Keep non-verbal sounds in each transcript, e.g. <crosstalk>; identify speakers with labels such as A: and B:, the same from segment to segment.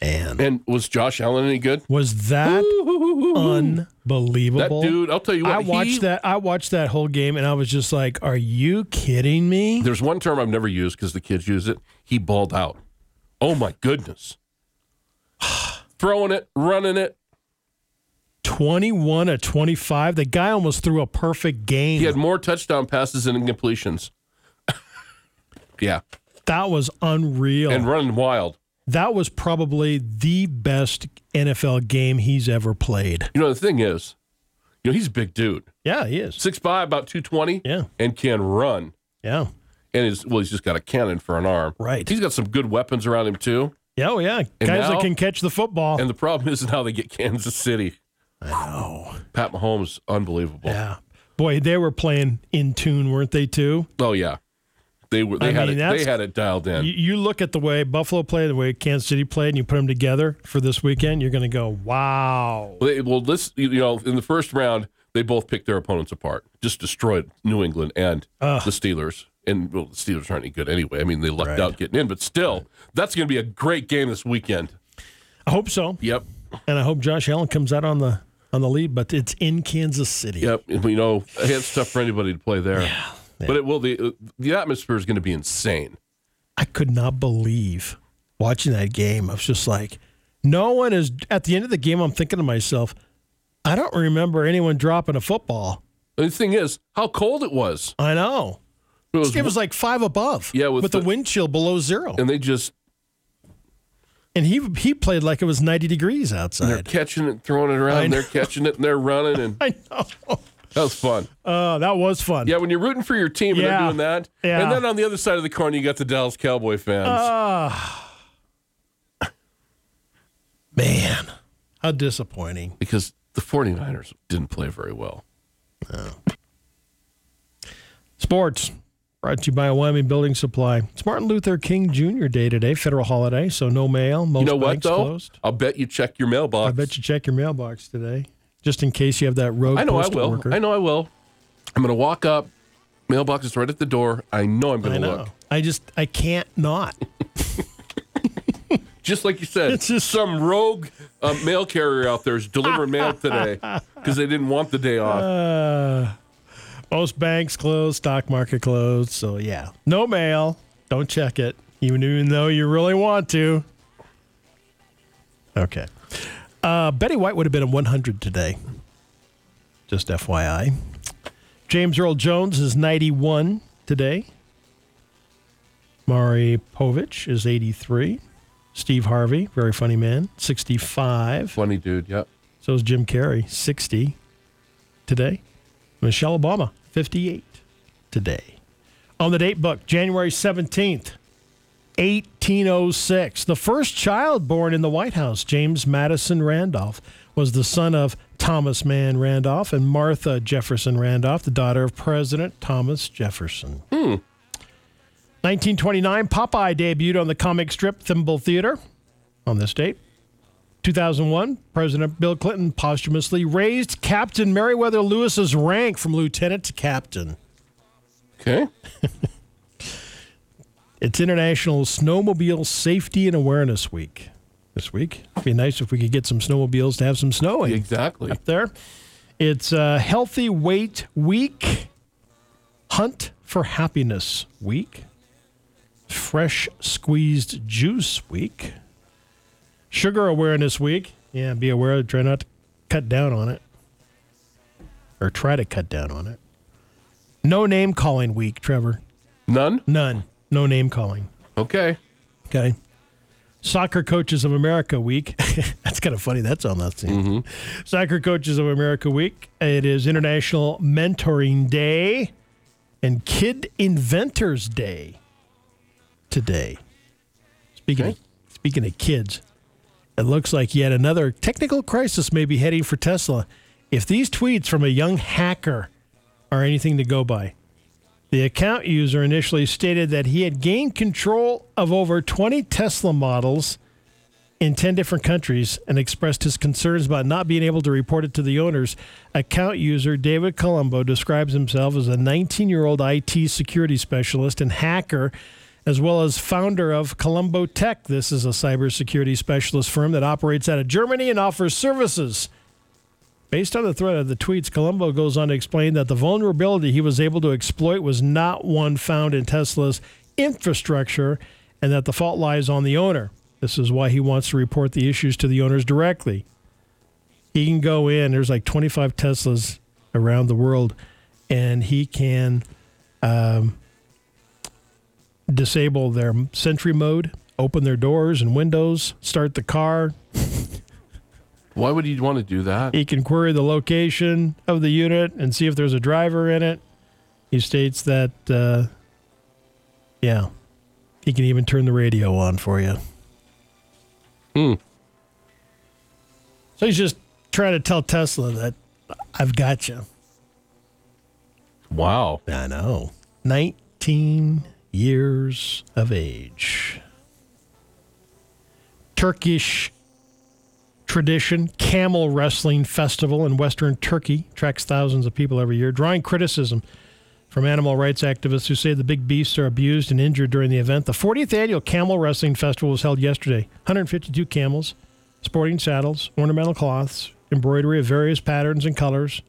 A: man.
B: And was Josh Allen any good?
C: Was that
B: That
C: unbelievable?
B: dude, I'll tell you what.
C: I
B: he-
C: watched that. I watched that whole game, and I was just like, "Are you kidding me?"
B: There's one term I've never used because the kids use it. He balled out. Oh my goodness. <sighs> Throwing it, running it.
C: Twenty-one to twenty-five. The guy almost threw a perfect game.
B: He had more touchdown passes than incompletions. <laughs> yeah.
C: that was unreal.
B: And running wild.
C: that was probably the best NFL game he's ever played.
B: You know, the thing is, you know, he's a big dude.
C: Yeah, he is.
B: Six five, about two twenty.
C: Yeah.
B: And can run.
C: Yeah.
B: And is well, he's just got a cannon for an arm.
C: Right.
B: He's got some good weapons around him too.
C: Yeah, oh yeah. Guys
B: now-
C: that can catch the football.
B: And the problem isn't how they get <laughs> Kansas City. Wow. Pat Mahomes, unbelievable.
C: yeah. Boy, they were playing in tune, weren't they too?
B: Oh yeah. They were they
C: I
B: had
C: mean,
B: it they
C: that's-
B: had it dialed in.
C: You, you look at the way Buffalo played, the way Kansas City played, and you put them together for this weekend, you're going to go, wow.
B: Well, they, well, this you know, in the first round, they both picked their opponents apart, just destroyed New England and the Steelers. And well, the Steelers aren't any good anyway. I mean, they lucked out getting in, but still, that's going to be a great game this weekend.
C: I hope so,
B: Yep,
C: and I hope Josh Allen comes out on the on the lead, but it's in Kansas City.
B: yep. And, You know, it's tough for anybody to play there. But it will. The the atmosphere is going to be insane.
C: I could not believe watching that game. I was just like, no one is at the end of the game. I'm thinking to myself, I don't remember anyone dropping a football.
B: And the thing is, how cold it was.
C: I know
B: It was-
C: it was like five above.
B: Yeah,
C: with,
B: with
C: the,
B: the-
C: wind chill below zero,
B: and they just
C: and he he played like it was 90 degrees
B: they're
C: outside.
B: catching it, throwing it around.
C: I
B: and They're catching it and they're running, and
C: <laughs> I know.
B: that was fun.
C: Uh, that was fun.
B: Yeah, when you're rooting for your team and
C: Yeah.
B: they're doing that,
C: Yeah. Oh.
B: and then on the other side of the corner, you got the Dallas Cowboy fans.
C: <sighs> Man, how disappointing.
B: because the 49ers didn't play very well.
C: Sports brought to you by Wyoming Building Supply. It's Martin Luther King Jr. Day today, federal holiday, so no mail. Most
B: You know what,
C: banks
B: though?
C: closed.
B: I'll bet you check your mailbox.
C: I bet you check your mailbox today, just in case you have that rogue
B: I know I
C: postal
B: will.
C: worker.
B: I know I will. I'm going to walk up. Mailbox is right at the door. I know I'm
C: I
B: going to
C: know.
B: look.
C: I just I can't not.
B: Just like you said,
C: <laughs> It's just-
B: some rogue uh, mail carrier out there is delivering
C: <laughs>
B: mail today because they didn't want the day off.
C: Uh. Most banks closed, stock market closed, so yeah, no mail. Don't check it, even even though you really want to. Okay. Uh, Betty White would have been a 100 today. Just FYI. James Earl Jones is 91 today. Mari Povich is 83. Steve Harvey, very funny man, 65.
B: Funny dude. Yep.
C: So is Jim Carrey, 60 today. Michelle Obama, 58 today. On the date book, January 17th, 1806. The first child born in the White House, James Madison Randolph, was the son of Thomas Mann Randolph and Martha Jefferson Randolph, the daughter of President Thomas Jefferson. 1929, Popeye debuted on the comic strip Thimble Theater on this date. 2001, President Bill Clinton posthumously raised Captain Meriwether Lewis's rank from lieutenant to captain.
B: Okay.
C: It's International Snowmobile Safety and Awareness Week this week. It'd be nice if we could get some snowmobiles to have some snowing
B: Exactly.
C: up there. It's uh, Healthy Weight Week, Hunt for Happiness Week, Fresh Squeezed Juice Week, Sugar Awareness Week. Yeah, be aware, try not to cut down on it, or try to cut down on it. No name calling week, Trevor.
B: None.
C: None. No name calling.
B: Okay.
C: Okay. Soccer Coaches of America Week. <laughs> That's kind of funny. That's on that scene. Soccer Coaches of America Week. It is International Mentoring Day and Kid Inventors Day today. Speaking
B: Okay.
C: of, speaking of kids, it looks like yet another technical crisis may be heading for Tesla. If these tweets from a young hacker are anything to go by, the account user initially stated that he had gained control of over 20 Tesla models in 10 different countries and expressed his concerns about not being able to report it to the owners. Account user David Colombo describes himself as a 19 year old IT security specialist and hacker as well as founder of Colombo Tech. This is a cybersecurity specialist firm that operates out of Germany and offers services. Based on the threat of the tweets, Colombo goes on to explain that the vulnerability he was able to exploit was not one found in Tesla's infrastructure and that the fault lies on the owner. This is why he wants to report the issues to the owners directly. He can go in, there's like 25 Teslas around the world, and he can um, disable their sentry mode, open their doors and windows, start the car.
B: Why would you want to do that?
C: He can query the location of the unit and see if there's a driver in it. He states that, uh, yeah, he can even turn the radio on for you.
B: Hmm.
C: So he's just trying to tell Tesla that I've got you.
B: Wow.
C: I know. 19 years of age. Turkish tradition, camel wrestling festival in western Turkey attracts thousands of people every year, drawing criticism from animal rights activists who say the big beasts are abused and injured during the event. The 40th annual camel wrestling festival was held yesterday. 152 camels, sporting saddles, ornamental cloths, embroidery of various patterns and colors,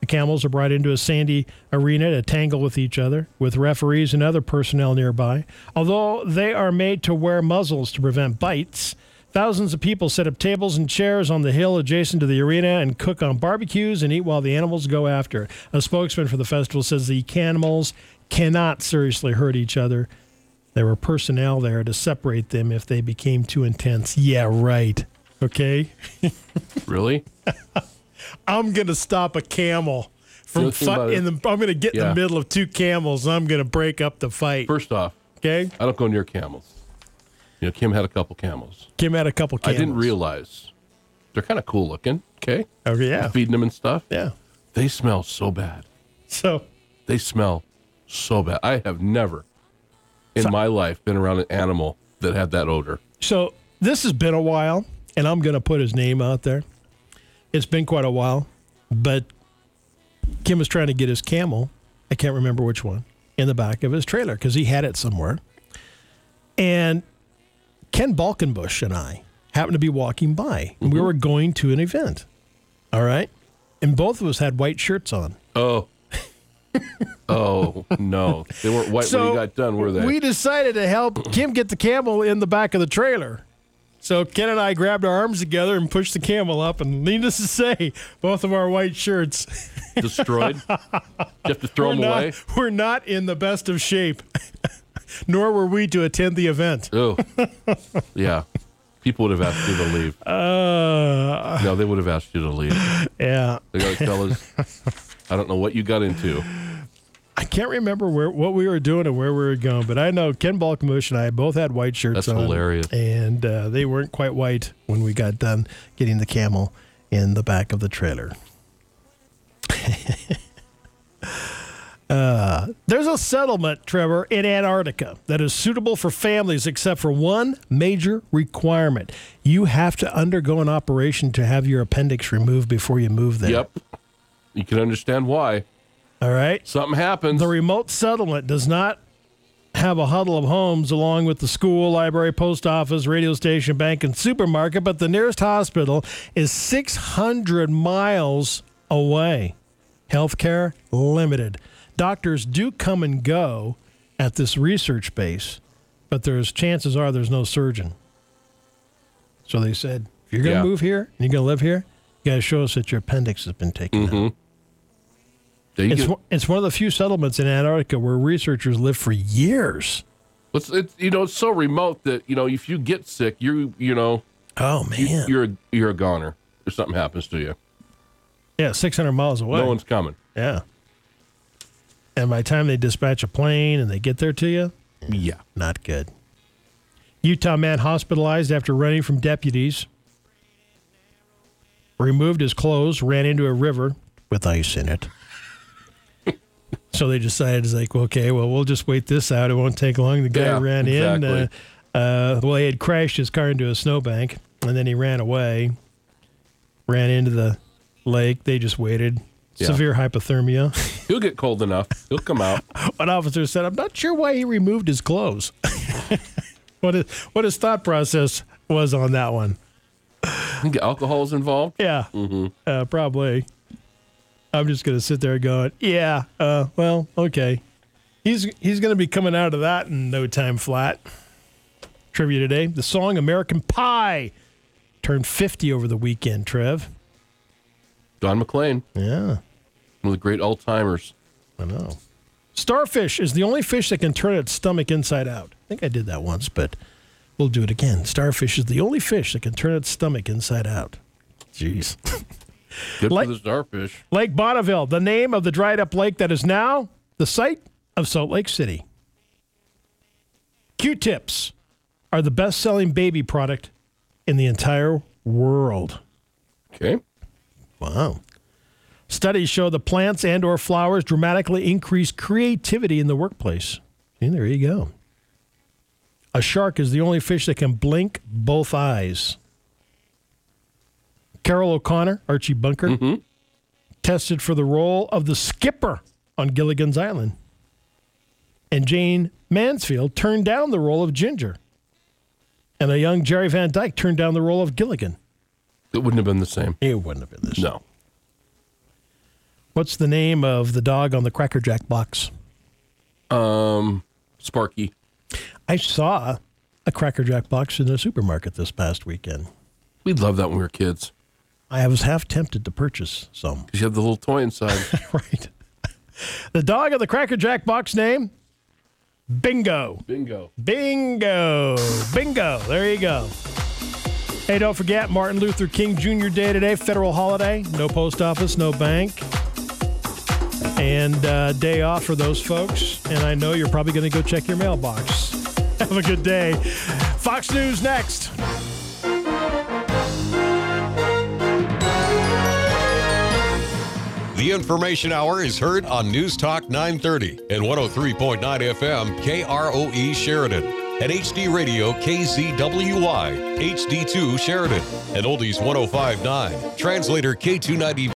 C: the camels are brought into a sandy arena to tangle with each other, with referees and other personnel nearby. Although they are made to wear muzzles to prevent bites, thousands of people set up tables and chairs on the hill adjacent to the arena and cook on barbecues and eat while the animals go after. A spokesman for the festival says the camels cannot seriously hurt each other. There were personnel there to separate them if they became too intense. Yeah, right. Okay.
B: Really?
C: I'm gonna stop a camel from
B: Just think
C: fi-
B: about
C: in the. I'm gonna get in
B: Yeah.
C: the middle of two camels. and I'm gonna break up the fight.
B: First off,
C: Okay,
B: I don't go near camels. You know, Kim had a couple camels.
C: Kim had a couple.
B: I
C: Camels.
B: didn't realize they're kind of cool looking. Okay.
C: Okay, yeah,
B: Feeding them and stuff.
C: yeah.
B: They smell so bad.
C: So
B: They smell so bad. I have never in my life been around an animal that had that odor.
C: So this has been a while, and I'm going to put his name out there. It's been quite a while, but Kim was trying to get his camel. I can't remember which one in the back of his trailer because he had it somewhere. And Ken Balkenbush and I happened to be walking by, and we were going to an event. All right, and both of us had white shirts on. <laughs>
B: Oh. oh no. They weren't white when you got done, were they?
C: We decided to help Kim get the camel in the back of the trailer. So Ken and I grabbed our arms together and pushed the camel up, and needless to say, both of our white shirts <laughs>
B: Destroyed. you have to throw
C: were
B: them away.
C: not, <laughs> were not in the best of shape, <laughs> nor were we to attend the event.
B: Oh. yeah. People would have asked you to leave.
C: Uh,
B: No, they would have asked you to leave.
C: yeah,
B: They go, fellas, I don't know what you got into.
C: I can't remember where what we were doing and where we were going, but I know Ken Balkamush and I both had white shirts
B: That's
C: on.
B: hilarious.
C: And uh, they weren't quite white when we got done getting the camel in the back of the trailer. <laughs> uh, there's a settlement, Trevor, in Antarctica that is suitable for families except for one major requirement. You have to undergo an operation to have your appendix removed before you move there.
B: Yep. You can understand why.
C: All right.
B: Something happens.
C: The remote settlement does not have a huddle of homes along with the school, library, post office, radio station, bank, and supermarket, but the nearest hospital is 600 miles away. Healthcare limited. Doctors do come and go at this research base, but there's chances are there's no surgeon. So they said, if you're going to
B: Yeah.
C: move here and you're going to live here, you got to show us that your appendix has been taken out.
B: Yeah, you
C: It's,
B: can-
C: one- it's one of the few settlements in Antarctica where researchers live for years.
B: It's, it's you know it's so remote that you know if you get sick you you know
C: Oh
B: you, you're a, you're a goner if something happens to you
C: yeah, 600 miles away.
B: no one's coming
C: yeah. And by the time they dispatch a plane and they get there to you,
B: yeah
C: not good. Utah man hospitalized after running from deputies. Removed his clothes, ran into a river with ice in it. <laughs> so they decided, it's like, okay, well, we'll just wait this out. It won't take long. The guy
B: Yeah,
C: ran in.
B: exactly.
C: Uh, uh, well, he had crashed his car into a snowbank, and then he ran away. Ran into the lake. They just waited.
B: Yeah.
C: Severe hypothermia.
B: He'll get cold enough. He'll come out.
C: One officer said, I'm not sure why he removed his clothes. <laughs> what, his, what his thought process was on that one.
B: Think Alcohol is involved.
C: Yeah, uh, probably. I'm just going to sit there going, yeah, uh, well, okay. He's, he's going to be coming out of that in no time flat. Trivia today the song American Pie turned 50 over the weekend, Trev.
B: Don McLean,
C: Yeah.
B: one of the great all timers.
C: I know. Starfish is the only fish that can turn its stomach inside out. I think I did that once, but we'll do it again. Starfish is the only fish that can turn its stomach inside out. Jeez. <laughs>
B: Good
C: Like-
B: for the starfish.
C: lake Bonneville, the name of the dried up lake that is now the site of Salt Lake City. Q tips are the best selling baby product in the entire world.
B: Okay.
C: Wow. Studies show the plants and or flowers dramatically increase creativity in the workplace. See, there you go. A shark is the only fish that can blink both eyes. Carol O'Connor, Archie Bunker, tested for the role of the skipper on Gilligan's Island. And Jane Mansfield turned down the role of Ginger. And a young Jerry Van Dyke turned down the role of Gilligan.
B: It wouldn't have been the same.
C: It wouldn't have been this.
B: No.
C: What's the name of the dog on the Cracker Jack box?
B: Um, Sparky.
C: I saw a Cracker Jack box in a supermarket this past weekend.
B: We'd love that when we were kids.
C: I was half tempted to purchase some.
B: 'Cause you have the little
C: <laughs>
B: toy inside.
C: right. The dog on the Cracker Jack box name? Bingo.
B: Bingo.
C: Bingo. Bingo. There you go. Hey, don't forget Martin Luther King Jr. Day today, federal holiday. No post office, no bank. And uh, day off for those folks. And I know you're probably going to go check your mailbox. <laughs> Have a good day. Fox News next.
A: The Information Hour is heard on News Talk 930 and 103.9 FM KROE E Sheridan. And HD Radio KZWY, HD2 Sheridan, and Oldies 1059, Translator K290.